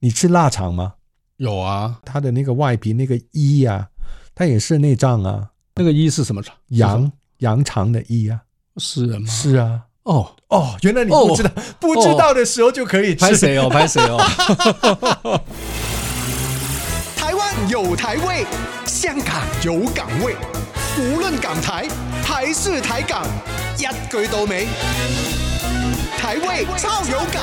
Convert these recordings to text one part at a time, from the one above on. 你吃腊肠吗？有啊，它的那个外皮那个衣呀、它也是内脏啊，那个一是什么肠？羊羊肠的衣啊。是人吗？是啊，哦，哦，原来你哦不知道，不知道的时候就可以拍吃。谁哦？拍谁 哦？台湾有台味，香港有港味，无论港台还是台港，一句到尾，台味超有港。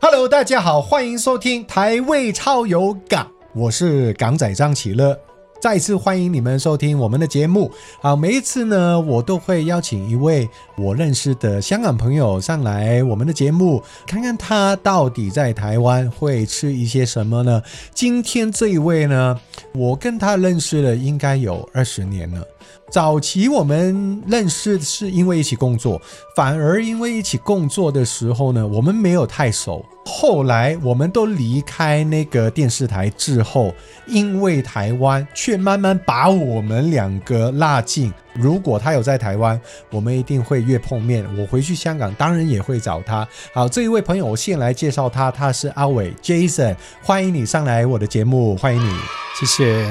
Hello，大家好，欢迎收听台味超有港，我是港仔张启乐。再次欢迎你们收听我们的节目啊！每一次呢，我都会邀请一位我认识的香港朋友上来我们的节目，看看他到底在台湾会吃一些什么呢？今天这一位呢，我跟他认识了应该有二十年了。早期我们认识是因为一起工作，反而因为一起工作的时候呢，我们没有太熟。后来我们都离开那个电视台之后，因为台湾却慢慢把我们两个拉近。如果他有在台湾，我们一定会约碰面。我回去香港当然也会找他。好，这一位朋友，我先来介绍他，他是阿伟 Jason，欢迎你上来我的节目，欢迎你。谢谢。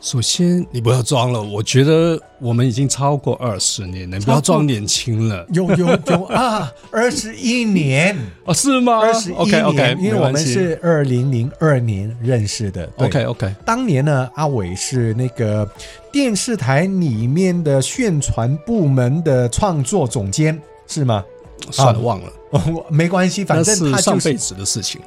首先，你不要装了，我觉得我们已经超过二十年了，你不要装年轻了。有有有啊，二十一 年。哦，是吗？二十一 OK 年 OK，因为我们是二零零二年认识的。对 OK OK，当年呢，阿伟是那个电视台里面的宣传部门的创作总监，是吗？算了，忘了，哦，没关系，反那正是他上就辈是子的事情。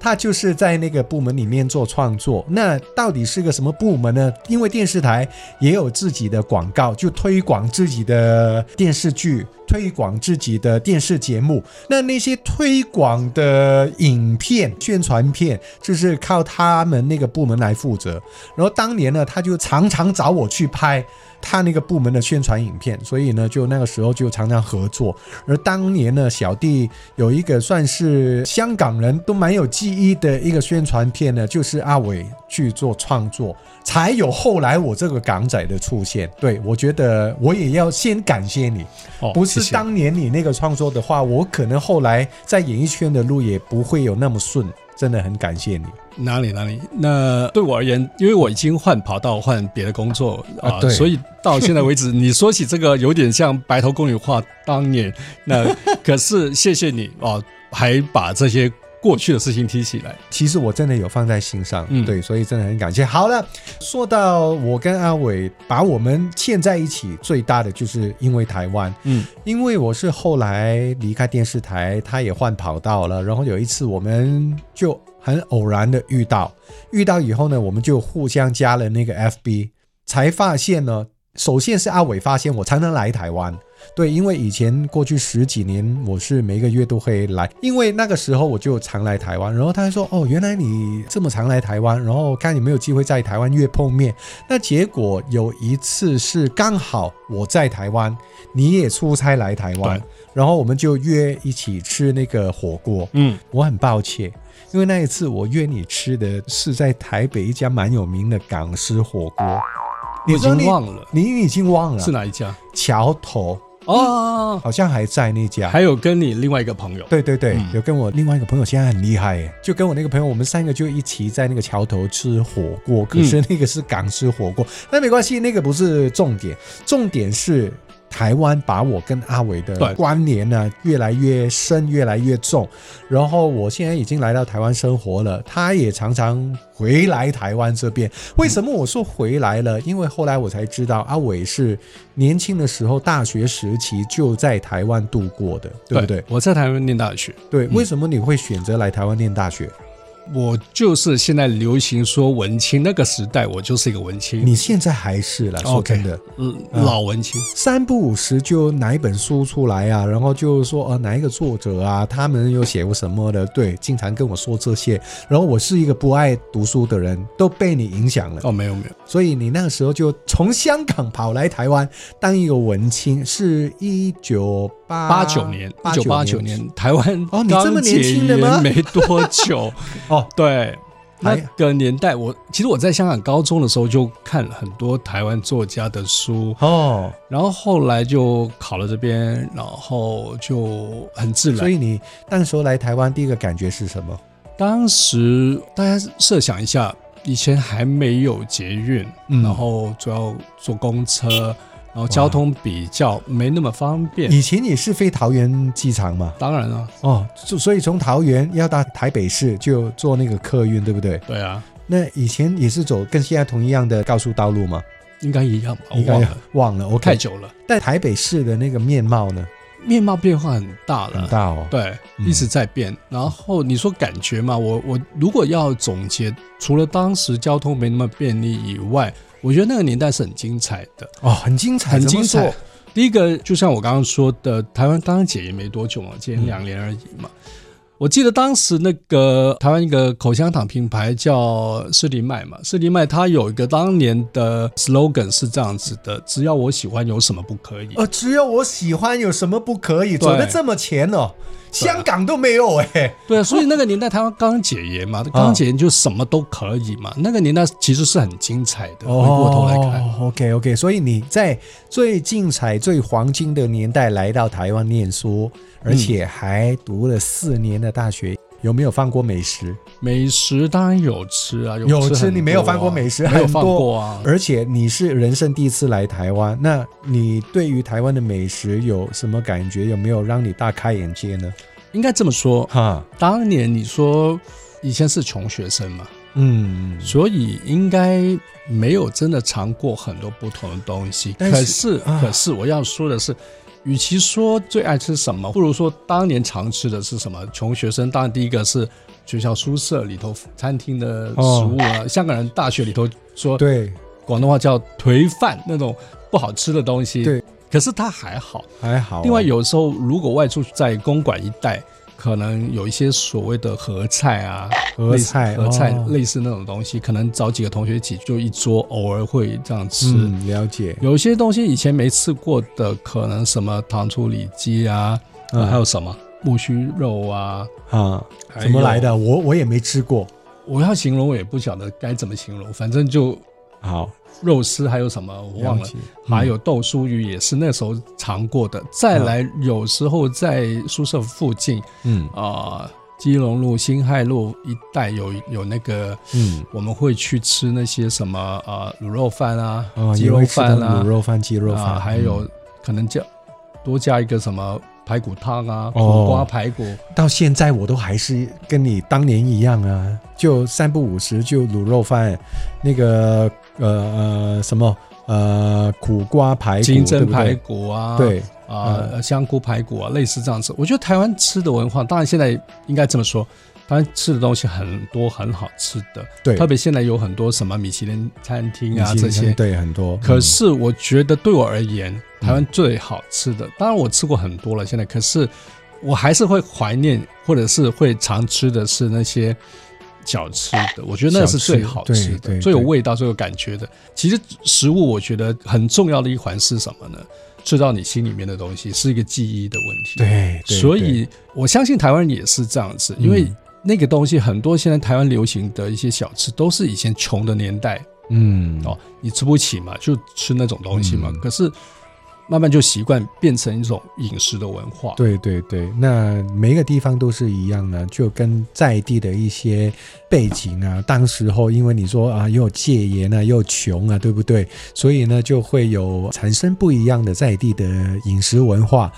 他就是在那个部门里面做创作。那到底是个什么部门呢？因为电视台也有自己的广告，就推广自己的电视剧，推广自己的电视节目。那那些推广的影片、宣传片，就是靠他们那个部门来负责。然后当年呢，他就常常找我去拍他那个部门的宣传影片，所以呢，就那个时候就常常合作。而当年呢，小弟有一个算是香港人都蛮有记忆的一个宣传片呢，就是阿伟去做创作，才有后来我这个港仔的出现。对我觉得我也要先感谢你，哦不是谢谢当年你那个创作的话，我可能后来在演艺圈的路也不会有那么顺。真的很感谢你，哪里哪里？那对我而言，因为我已经换跑道、换别的工作啊啊、对所以到现在为止，你说起这个有点像白头宫女话当年。那可是谢谢你哦、还把这些过去的事情提起来。其实我真的有放在心上，嗯对，所以真的很感谢。好了，说到我跟阿伟把我们嵌在一起，最大的就是因为台湾，嗯，因为我是后来离开电视台，他也换跑道了。然后有一次我们就很偶然的遇到，遇到以后呢，我们就互相加了那个 FB，才发现呢，首先是阿伟发现我才能来台湾。对，因为以前过去十几年，我是每个月都会来，因为那个时候我就常来台湾。然后他说：“哦，原来你这么常来台湾，然后看有没有机会在台湾约碰面。”那结果有一次是刚好我在台湾，你也出差来台湾对，然后我们就约一起吃那个火锅。嗯，我很抱歉，因为那一次我约你吃的是在台北一家蛮有名的港式火锅，我你已说经你忘了你已经忘了是哪一家桥头。哦。好像还在那家，还有跟你另外一个朋友，对对对，嗯有跟我另外一个朋友，现在很厉害耶，就跟我那个朋友，我们三个就一起在那个桥头吃火锅，嗯可是那个是港式火锅，那、没关系，那个不是重点，重点是。台湾把我跟阿伟的对关联呢、越来越深，越来越重。然后我现在已经来到台湾生活了，他也常常回来台湾这边。为什么我说回来了？因为后来我才知道，阿伟是年轻的时候，大学时期就在台湾度过的，对不对？我在台湾念大学，对，为什么你会选择来台湾念大学？我就是现在流行说文青，那个时代我就是一个文青。你现在还是了，说 OK 真的嗯老文青，三不五时就拿一本书出来啊，然后就说呃哪一个作者啊，他们有写过什么的，对，经常跟我说这些。然后我是一个不爱读书的人，都被你影响了，哦，没有没有，所以你那个时候就从香港跑来台湾当一个文青，是一九八八九年，一九八九年，台湾哦你这么刚解年轻的吗严没多久， 哦，对，那还个年代，我其实我在香港高中的时候就看了很多台湾作家的书，哦，然后后来就考了这边，然后就很自所然。以你那时候来台湾第一个感觉是什么？当时大家设想一下，以前还没有捷运，嗯然后主要坐公车，然后交通比较没那么方便。以前你是飞桃园机场嘛？当然了，哦，就所以从桃园要到台北市就坐那个客运，对不对？对啊，那以前也是走跟现在同一样的高速道路吗？应该一样吧，我应该哦忘了，忘了太，OK。久了，但台北市的那个面貌呢，面貌变化很大了很。大哦。对，嗯一直在变。然后你说感觉嘛，我我如果要总结，除了当时交通没那么便利以外，我觉得那个年代是很精彩的，哦，很精彩，很怎么精彩说。第一个就像我刚刚说的，台湾刚刚解严没多久嘛，嗯今年两年而已嘛。我记得当时那个台湾一个口香糖品牌叫士力麦嘛，士力麦它有一个当年的 slogan 是这样子的：只要我喜欢，有什么不可以？呃，只有我喜欢，有什么不可以？走的这么前啊哦，香港都没有哎、对啊，所以那个年代台湾刚解严啊嘛，刚解严就什么都可以嘛。那个年代其实是很精彩的，哦回过头来看， ，OK OK，所以你在最精彩、最黄金的年代来到台湾念书，嗯而且还读了四年的大学，有没有放过美食？美食当然有吃啊，有吃吃很多啊你没有放过美食没有很多放过啊。而且你是人生第一次来台湾，那你对于台湾的美食有什么感觉？有没有让你大开眼界呢？应该这么说，哈，当年你说以前是穷学生嘛，嗯，所以应该没有真的尝过很多不同的东西。但可是是，啊可是我要说的是。与其说最爱吃什么，不如说当年常吃的是什么。穷学生当然第一个是学校宿舍里头餐厅的食物哦啊，香港人大学里头说对，广东话叫“颓饭”那种不好吃的东西。对，可是它还好。还好啊、另外，有时候如果外出在公馆一带，可能有一些所谓的合菜啊，合菜类似合菜、哦类似那种东西，可能找几个同学一起就一桌，偶尔会这样吃。嗯，了解，有些东西以前没吃过的，可能什么糖醋里脊啊，嗯呃还有什么木须肉啊，啊，还有怎么来的？我我也没吃过。我要形容我也不晓得该怎么形容，反正就好，肉丝还有什么我忘了嗯了解，还有豆酥鱼也是那时候尝过的。再来，有时候在宿舍附近嗯啊、呃基隆路、辛亥路一带有有那个，嗯，我们会去吃那些什么呃卤肉饭啊、啊，鸡也肉会吃到饭啊卤、肉饭、鸡肉啊饭，嗯还有可能加多加一个什么排骨汤啊、哦苦瓜排骨。到现在我都还是跟你当年一样啊，就三不五时就卤肉饭，那个呃呃什么呃苦瓜排骨，金针对不对排骨啊，对嗯啊、呃香菇排骨啊，类似这样子。我觉得台湾吃的文化，当然现在应该这么说，当然吃的东西很多，很好吃的，对，特别别现在有很多什么米其林餐厅啊这些。对很多，可嗯是我觉得对我而言，台湾最好吃的，当然我吃过很多了，现在可是我还是会怀念，或者是会常吃的是那些。小吃的，我觉得那是最好哎小吃吃对对的，最有对味道、最有感觉的。其实食物，我觉得很重要的一环是什么呢？吃到你心里面的东西，是一个记忆的问题。嗯对，嗯对所对以我相信台湾人也是这样子，因为那个东西很多现在台湾流行的一些小吃，都是以前穷的年代嗯哦，你吃不起嘛，就吃那种东西嘛。嗯可是慢慢就习惯变成一种饮食的文化。对对对，那每一个地方都是一样的，就跟在地的一些背景啊，当时候因为你说啊又戒严啊又穷啊，对不对？所以呢就会有产生不一样的在地的饮食文化。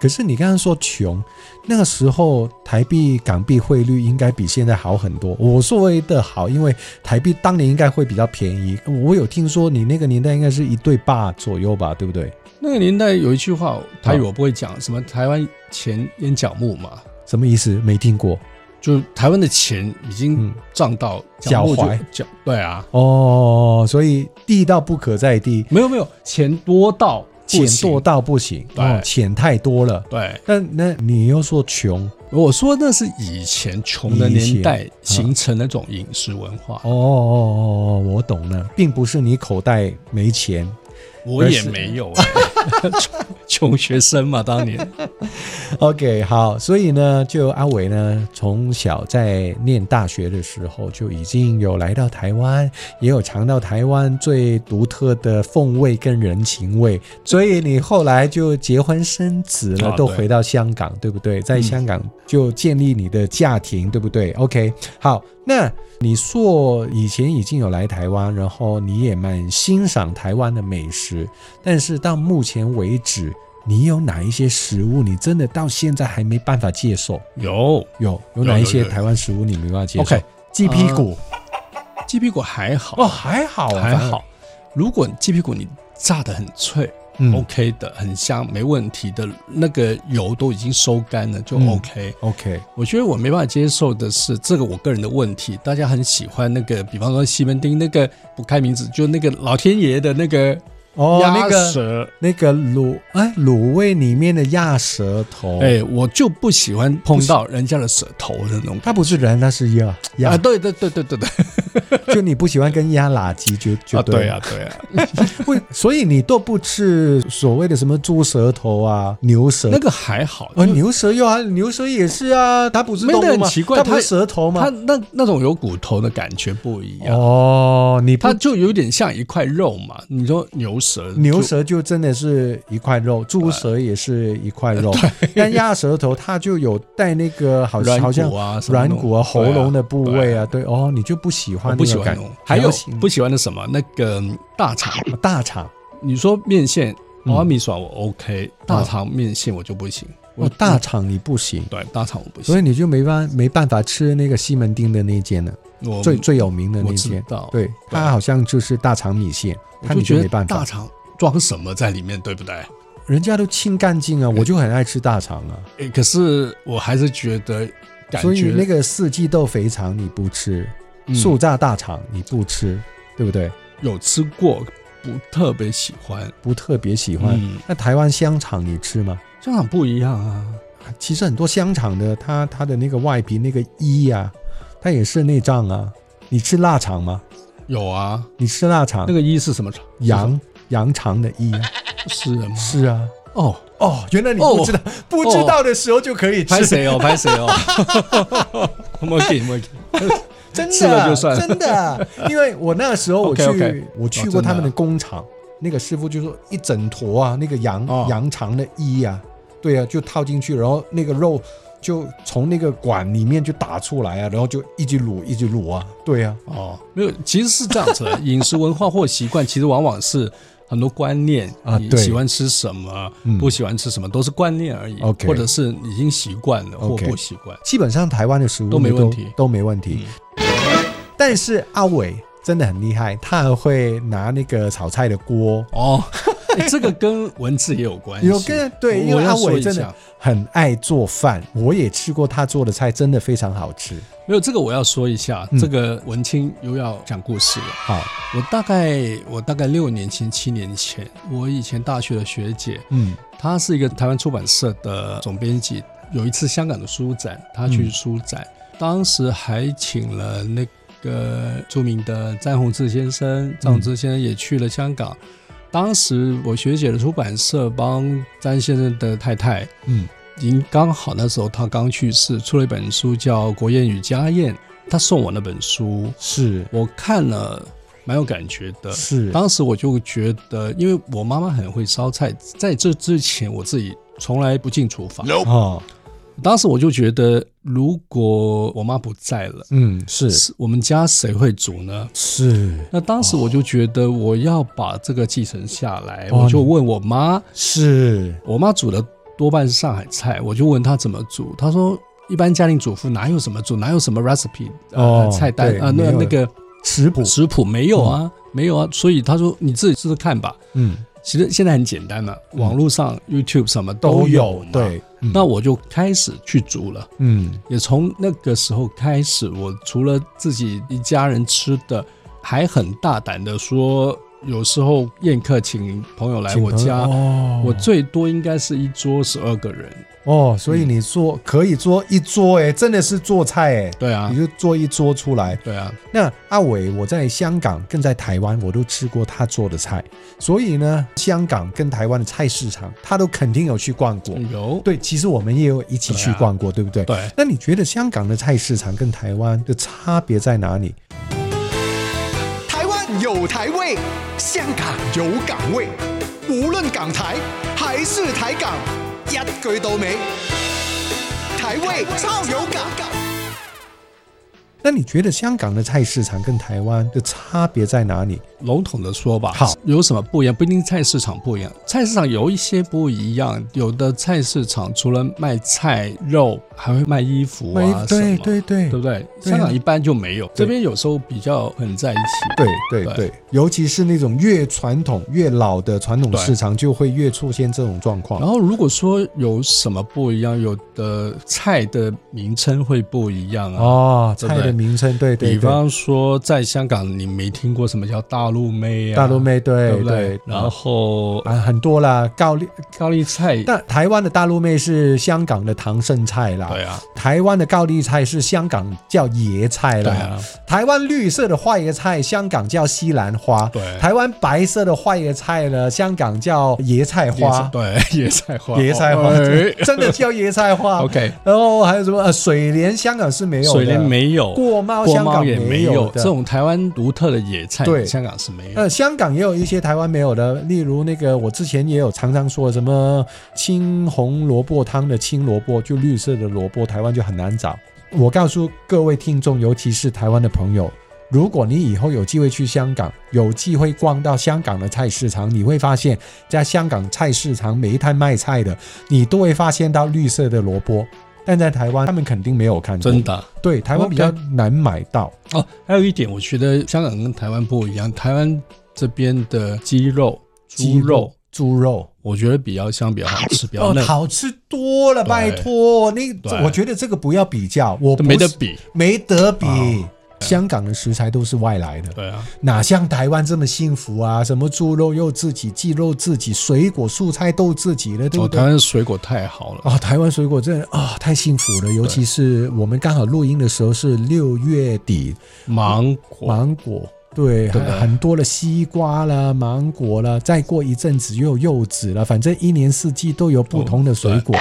可是你刚刚说穷，那个时候台币港币汇率应该比现在好很多。我所谓的好，因为台币当年应该会比较便宜。我有听说你那个年代应该是一对八左右吧，对不对？那个年代有一句话，台语我不会讲，什么台湾钱烟角木嘛，什么意思？没听过。就台湾的钱已经嗯涨到角木就脚踝脚，对啊，哦，所以地到不可再地，没有没有，钱多到不钱行多到不行，对哦，钱太多了。对。但那你又说穷我说那是以前穷的年代形成那种饮食文化，哦哦哦哦，我懂了，并不是你口袋没钱， 哦我也没有、哎 穷穷学生嘛，当年 OK，好，所以呢，就阿伟呢，从小在念大学的时候就已经有来到台湾，也有尝到台湾最独特的风味跟人情味，所以你后来就结婚生子了，啊都对回到香港，对不对？嗯在香港就建立你的家庭，对不对？OK，好，那你说以前已经有来台湾，然后你也蛮欣赏台湾的美食，但是到目前为止，你有哪一些食物你真的到现在还没办法接受？有 有有哪一些有有台湾食物你没办法接受 OK，鸡屁股、鸡屁股还好哦，还好啊还好，。如果鸡屁股你炸得很脆、嗯 o k 的，很香，没问题的，那个油都已经收干了，就嗯 OK。 OK，我觉得我没办法接受的是这个我个人的问题，大家很喜欢那个，比方说西门町那个不开名字，就那个老天爷的那个哦，那鸭个舌，那个卤哎卤味里面的鸭舌头，哎，我就不喜欢碰到人家的舌头的那种。它不是人，它是鸭啊，鸭，对对对对对对， 就你不喜欢跟鸭拉鸡绝绝啊对对啊对啊， 会，所以你都不吃所谓的什么猪舌头啊、牛舌那个还好，啊，因为牛舌有啊，牛舌也是啊，它不是没动有物那吗？很奇怪它不它是舌头吗它？那那种有骨头的感觉不一样。哦，你不它就有点像一块肉嘛，你说牛舌，牛就舌就真的是一块肉，猪舌也是一块 肉，但鸭舌头它就有带那个好软像骨啊好像什么软那种骨啊、喉对啊咙的部位对啊，对哦，你就不喜我欢不那喜个欢感那种觉，，还有不行啊不喜欢的什么那个嗯大肠，大肠你说面线，嗯阿米爽我 OK，大肠面线我就不行，哦，大肠你不行，对大肠我不所行，以你就没办没办法吃那个西门町的那间了，我最最有名的那我知间，道，，对，它好像就是大肠米线，我它就你就觉没得办大法，肠装什么在里面，对不对？人家都清干净哎啊，我就很爱吃大肠啊。诶可是我还是觉得感所以觉那个四季豆肥肠你不吃，嗯素炸大肠你不吃，对不对？有吃过，不特别喜欢，不特别喜欢。嗯那台湾香肠你吃吗？香肠不一样啊，其实很多香肠的，它它的那个外皮那个衣啊，它也是内脏啊。你吃腊肠吗？有啊，你吃腊肠？那个一是什么肠？羊羊肠的衣、啊、是人吗？是啊。哦，哦，原来你不知道，不知道的时候就可以拍吃，谁哦？拍谁哦？ 没给没给，真吃了的，啊就算了真 的。啊因为我那时候我去 OK，OK 我去哦过真的他们的啊工厂，那个师傅就说一整坨啊，那个羊、哦羊肠的衣啊，对啊，就套进去，然后那个肉就从那个管里面就打出来啊，然后就一直卤一直卤啊，对啊，哦，没有，其实是这样 子的，饮食文化或习惯，其实往往是很多观念啊你对喜欢吃什么嗯，不喜欢吃什么，都是观念而已 OK，或者是已经习惯了或 OK 不习惯。基本上台湾的食物都没你问题嗯都没问题。但是阿伟真的很厉害，他会拿那个炒菜的锅。哦，诶这个跟文字也有关系，有跟对，我因为我阿要说伟一真下的很爱做饭，我也吃过他做的菜，真的非常好吃。没有这个，我要说一下嗯，这个文青又要讲故事了。好，我大概我大概六年前、七年前，我以前大学的学姐，嗯他是一个台湾出版社的总编辑。有一次香港的书展，他去书展，当时还请了那个著名的詹宏志先生，詹宏志先生也去了香港。当时我学姐的出版社帮詹先生的太太，嗯，已经刚好那时候她刚去世，出了一本书叫《国宴与家宴》，她送我那本书，是我看了蛮有感觉的。是，当时我就觉得，因为我妈妈很会烧菜，在这之前我自己从来不进厨房。哦，当时我就觉得，如果我妈不在了，嗯，是是我们家谁会煮呢？是那当时我就觉得我要把这个继承下来，哦我就问我妈，是，我妈煮的多半是上海菜，我就问她怎么煮，她说一般家庭主妇哪有什么煮，哪有什么 recipe 呃、哦菜单对啊、呃没那有那个食谱，食谱没有啊，没有啊，所以她说你自己试试看吧。嗯，其实现在很简单了、嗯网络上 YouTube 什么都有有嘛。，对，嗯那我就开始去煮了，嗯也从那个时候开始，我除了自己一家人吃的，还很大胆的说有时候宴客请朋友来我家，哦我最多应该是一桌十二个人。哦，所以你做、可以做一桌，哎，真的是做菜，哎，对啊你，就做一桌出来。对啊，那阿伟，我在香港更在台湾，我都吃过他做的菜，所以呢，香港跟台湾的菜市场，他都肯定有去逛过。有对，其实我们也有一起去嗯对啊逛过，对不对？对那你觉得香港的菜市场跟台湾的差别在哪里？台湾有台味，香港有港味，无论港台还是台港，一句到尾，台味超有港。那你觉得香港的菜市场跟台湾的差别在哪里？笼统的说吧，好，有什么不一样？不一定菜市场不一样，菜市场有一些不一样，有的菜市场除了卖菜肉，还会卖衣服啊什对么，哎对对啊对不对？香港一般就没有，这边有时候比较很在一起。对对对尤其是那种越传统越老的传统对市场，就会越出现这种状况。然后如果说有什么不一样，有的菜的名称会不一样啊。哦，对不菜对的名称，对对对，比方说，在香港你没听过什么叫大陆妹啊，大陆妹，对对不对？然后啊，很多啦，高丽。高丽菜，但台湾的大陆妹是香港的唐盛菜啦，对啊，台湾的高丽菜是香港叫椰菜对啦，啊，台湾绿色的花椰菜，香港叫西兰花；对台湾白色的花椰菜呢，香港叫椰菜花。对 野菜花，椰菜花、哎 真的叫椰菜花 OK 然后还有什么呃，水莲香港是没有的，水莲没有，过猫锅香猫港也没有的这种台湾独特的野菜，对香港是没有。呃，香港也有一些台湾没有的，例如那个我之前也有常常说的什么青红萝卜汤的青萝卜，就绿色的萝卜，台湾就很难找。我告诉各位听众，尤其是台湾的朋友，如果你以后有机会去香港，有机会逛到香港的菜市场，你会发现，在香港菜市场每一摊卖菜的，你都会发现到绿色的萝卜，但在台湾他们肯定没有看过。真的啊哦对，台湾比较 OK 难买到。哦，还有一点，我觉得香港跟台湾不一样，台湾这边的鸡肉、猪鸡肉，、猪肉。我觉得比较香，比较好吃，比较哦，嫩，好吃多了，对拜托，那个对我觉得这个不要比较，我都不没得是，比。没得比啊。香港的食材都是外来的，对啊，哪像台湾这么幸福啊？什么猪肉又自己，鸡肉自己，水果、蔬菜都自己的，对哦，不台对？湾的水果太好了。啊、台湾水果真的啊、太幸福了，尤其是我们刚好录音的时候是六月底，芒果，芒果，对，对很很多的西瓜啦、芒果啦，再过一阵子又有柚子了，反正一年四季都有不同的水果。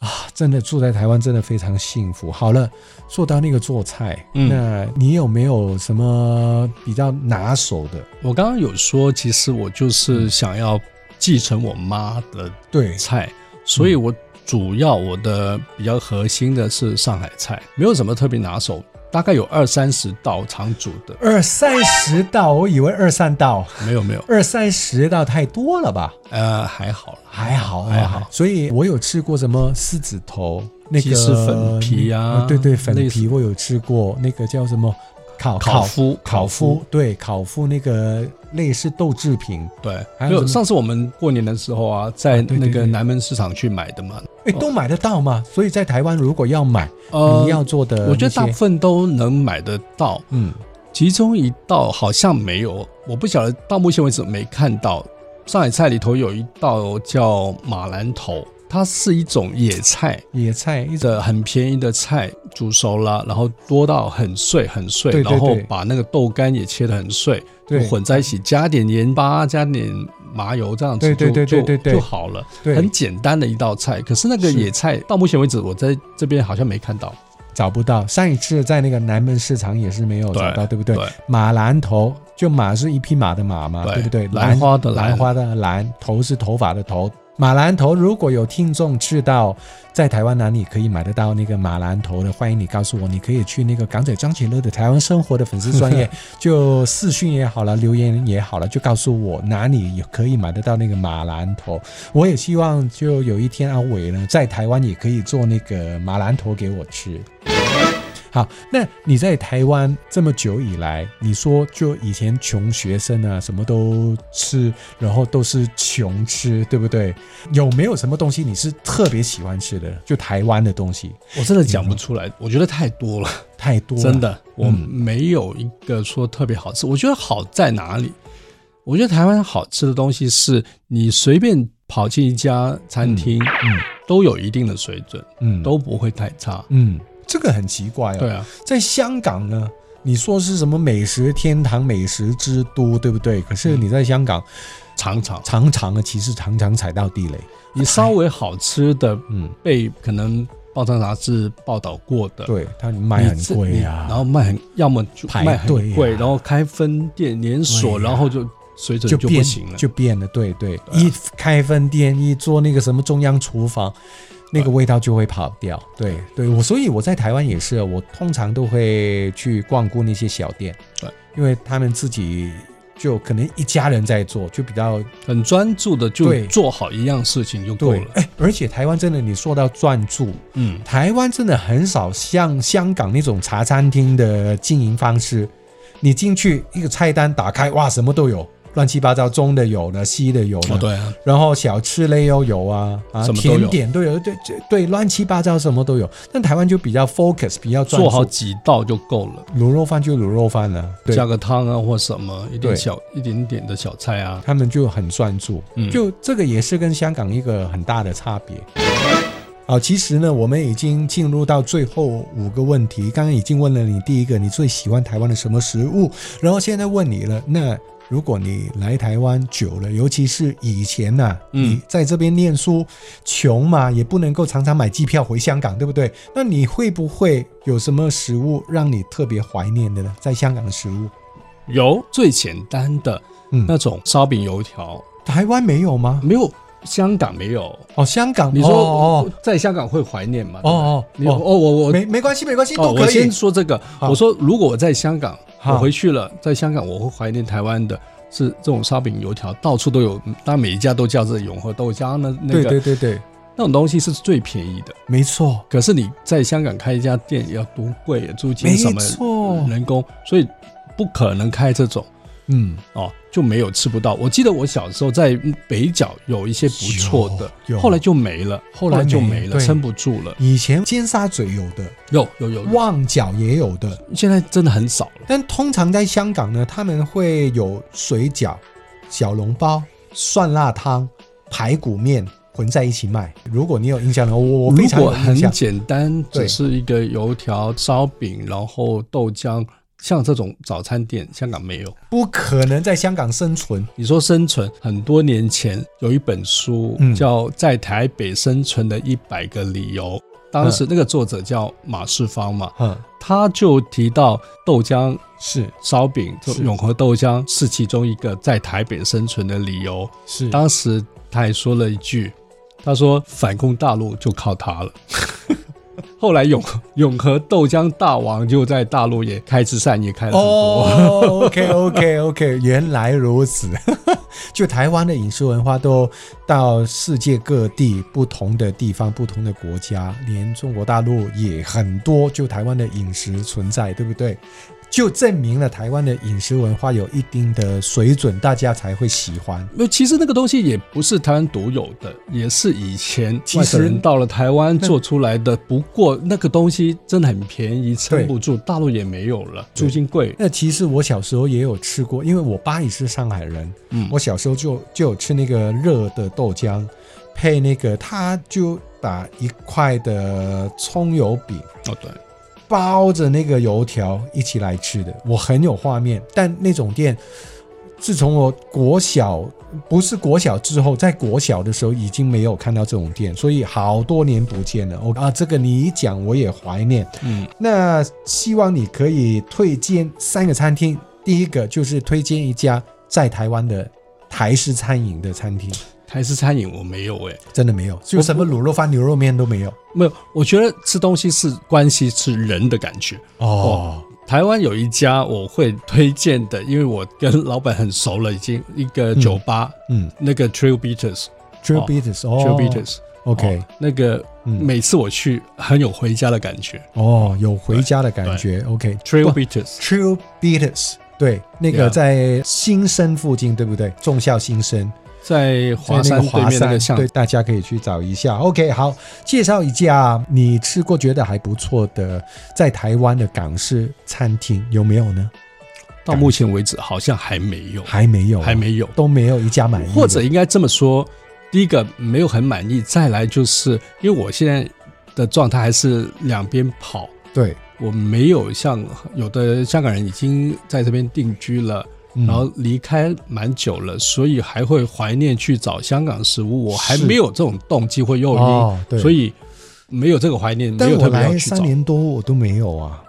啊，真的住在台湾真的非常幸福。好了，说到那个做菜，嗯那你有没有什么比较拿手的？我刚刚有说，其实我就是想要继承我妈的对，菜，所以我主要我的比较核心的是上海菜，没有什么特别拿手，大概有二三十道常煮的，二三十道，我以为二三道，没有没有，二三十道太多了吧？呃，还好啦。哎还好，还好。所以我有吃过什么狮子头，那鸡个翅粉皮啊对对，粉类似皮我有吃过，那个叫什么烤烤麸烤烤麸麸，对，烤麸那个类似豆制品。对，还有还有什么上次我们过年的时候啊，在对对那个对南门市场去买的嘛，哎，都买得到吗？所以在台湾如果要买，哦呃你要做的那些，我觉得大部分都能买得到，嗯，其中一道好像没有，我不晓得到目前为止没看到。上海菜里头有一道叫马兰头，它是一种野菜，野菜一种的很便宜的菜煮熟了，然后多到很碎很碎，对对然后对把那个豆干也切得很碎，就对混在一起，加点盐巴，加点麻油，这样子对对就对对对对就就好了，对很简单的一道菜。可是那个是野菜到目前为止，我在这边好像没看到。找不到。上一次在那个南门市场也是没有对找到，对不对对？马兰头就马是一匹马的马嘛，对对不对？兰花的兰兰花的兰，头是头发的头。马兰头，如果有听众知道在台湾哪里可以买得到那个马兰头的，欢迎你告诉我。你可以去那个港仔张启乐的台湾生活的粉丝专 业，就私讯也好了，留言也好了，就告诉我哪里也可以买得到那个马兰头。我也希望就有一天阿伟呢，在台湾也可以做那个马兰头给我吃。好，那你在台湾这么久以来，你说就以前穷学生啊，什么都吃，然后都是穷吃，对不对？有没有什么东西你是特别喜欢吃的？就台湾的东西我真的讲不出来，我觉得太多了，太多了，真的，我嗯没有一个说特别好吃。我觉得好在哪里？我觉得台湾好吃的东西是你随便跑进一家餐厅，嗯都有一定的水准，嗯都不会太差。嗯，这个很奇怪哦。对啊，在香港呢，你说是什么美食天堂、美食之都，对不对？可是你在香港，嗯常常常常啊的其实常常踩到地雷。你稍微好吃的嗯，被可能报章杂志报道过的， 对，他你卖很自贵啊你呀、然后卖很，要么就排卖很队呀贵，然后开分店连锁，对呀然后就水准就不变行了。啊就变了。对对，一开分店，一做那个什么中央厨房，那个味道就会跑掉。对对，我所以我在台湾也是，我通常都会去光顾那些小店，对，因为他们自己就可能一家人在做，就比较很专注的对就做好一样事情就够对了。。哎，而且台湾真的，你说到专注，嗯，台湾真的很少像香港那种茶餐厅的经营方式，你进去一个菜单打开，哇，什么都有。乱七八糟，中的有的，西的有的，哦对啊，然后小吃类又有啊，啊，什么都有甜点都有，对对对，乱七八糟什么都有。但台湾就比较 focus，比较专注做好几道就够了，卤肉饭就卤肉饭了，对加，个汤啊或什么一对点小一点点的小菜啊。他们就很专注。嗯就这个也是跟香港一个很大的差别。好，其实呢，我们已经进入到最后五个问题。刚刚已经问了你第一个，你最喜欢台湾的什么食物？然后现在问你了，那如果你来台湾久了，尤其是以前呐、嗯你在这边念书穷嘛，也不能够常常买机票回香港，对不对？那你会不会有什么食物让你特别怀念的呢？在香港的食物，有最简单的嗯，那种烧饼油条，台湾没有吗？没有香港没有。哦，香港，你说、哦在香港会怀念吗？哦哦你哦哦，我我没没关系，没关系，哦，哎都我可以先。说这个，好我说如果我在香港，好我回去了，在香港我会怀念台湾的。是这种烧饼油条，到处都有，当然每一家都叫这永和豆浆呢，那对个对对对，那种东西是最便宜的。没错，可是你在香港开一家店要多贵，租金什没么错人工，所以不可能开这种嗯，哦，就没有吃不到。我记得我小时候在北角有一些不错有的，有后来就没了，后来就没后来没了，对撑不住了。以前尖沙咀有的，有有有，有旺角也有的，现在真的很少了。但通常在香港呢，他们会有水饺、小笼包、蒜辣汤、排骨面混在一起卖。如果你有印象的话，我我非如常果有很印象。简单，对只是一个油条、烧饼，然后豆浆，像这种早餐店，香港没有。不可能在香港生存，你说生存，很多年前有一本书嗯叫《在台北生存的一百个理由》，当时那个作者叫马世芳嘛，嗯，他就提到豆浆、是烧饼，就是永和豆浆是其中一个在台北生存的理由。是当时他还说了一句，他说反攻大陆就靠他了。 后来永永和豆浆大王就在大陆也开枝散叶开了很多，哦，OK OK OK，原来如此。 就台湾的饮食文化都到世界各地不同的地方、不同的国家，连中国大陆也很多。就台湾的饮食存在，对不对？就证明了台湾的饮食文化有一定的水准，大家才会喜欢。那、其实那个东西也不是台湾独有的，也是以前其外实省人到了台湾那做出来的。不过那个东西真的很便宜，撑不住，大陆也没有了，对租金贵。那其实我小时候也有吃过，因为我爸也是上海人，嗯我小时候就就有吃那个热的豆浆，配那个他就打一块的葱油饼，哦对，包着那个油条一起来吃的，我很有画面。但那种店，自从我国小不是国小之后，在国小的时候已经没有看到这种店，所以好多年不见了。我、啊，这个你一讲我也怀念。嗯，那希望你可以推荐三个餐厅，第一个就是推荐一家在台湾的台式餐饮的餐厅，台式餐饮我没有哎、真的没有，就什么卤肉饭、牛肉面都没有。没有。我觉得吃东西是关系是人的感觉。哦，台湾有一家我会推荐的，因为我跟老板很熟了，已经一个酒吧，嗯那个 Trail Beaters，Trail、 ，Trail Beaters，哦 Beaters， OK 哦那个嗯每次我去很有回家的感觉。哦，有回家的感觉。OK， Trail 不 Beaters，Trail Beaters，对，那个 Yeah 在新生附近，对不对？中校新生。在在那华个山对华面那山个巷对，大家可以去找一下。OK，好，介绍一下你吃过觉得还不错的在台湾的港式餐厅有没有呢？到目前为止好像还没有，还没有啊、还没有都没有一家满意的，或者应该这么说，第一个没有很满意，再来就是因为我现在的状态还是两边跑，对，我没有像有的香港人已经在这边定居了。嗯然后离开蛮久了，所以还会怀念去找香港食物。我还是没有这种动机或诱因，哦对所以没有这个怀念，没但有我特别要来去找三。年多我都没有啊。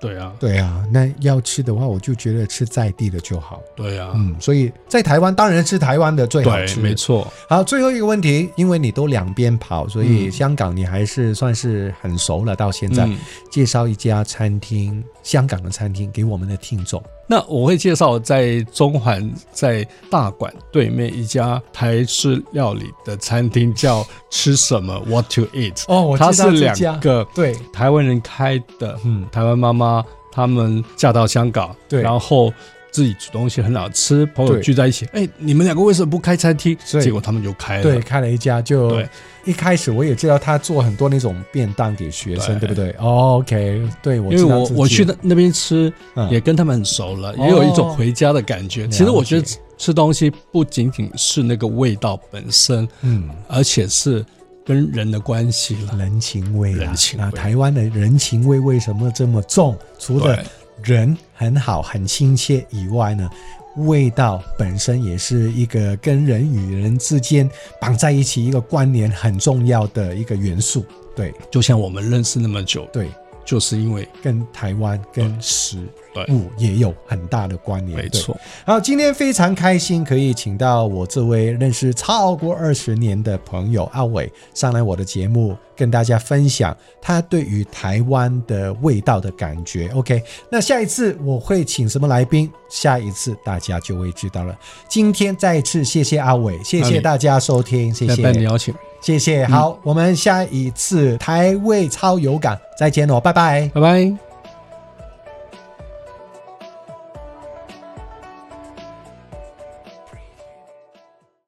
对啊，对啊，那要吃的话，我就觉得吃在地的就好。对啊，嗯，所以在台湾当然吃台湾的最好对，吃，没。错，好，最后一个问题，因为你都两边跑，所以嗯香港你还是算是很熟了。到现在，嗯介绍一家餐厅，香港的餐厅给我们的听众。那我会介绍在中环在大馆对面一家台式料理的餐厅，叫吃什么 What to Eat。哦，我它是两个对，台湾人开的，嗯，台湾妈妈她们嫁到香港，对然后自己煮东西很好吃，朋友对聚在一起，哎，你们两个为什么不开餐厅？对结果他们就开了。对，开了一家就对。一开始我也知道他做很多那种便当给学生，对对不对、哦、？OK，对，我因为知道我这我间去那那边吃，嗯也跟他们很熟了，哦也有一种回家的感觉。了解其实我觉得吃吃东西不仅仅是那个味道本身，嗯，而且是跟人的关系了。人情味、啊，人情味啊，台湾的人情味为什么这么重？除了人很好、很亲切以外呢，味道本身也是一个跟人与人之间绑在一起一个关联很重要的一个元素。对就像我们认识那么久，对，就是因为跟台湾跟食对物也有很大的关联。没嗯对错，好，今天非常开心，可以请到我这位认识超过二十年的朋友阿伟上来我的节目，跟大家分享他对于台湾的味道的感觉。OK，那下一次我会请什么来宾？下一次大家就会知道了。今天再次谢谢阿伟，谢那谢你大家收听，谢那拜你谢，邀请，谢谢。好，我们下一次台味超有感再见哦，拜拜。拜拜。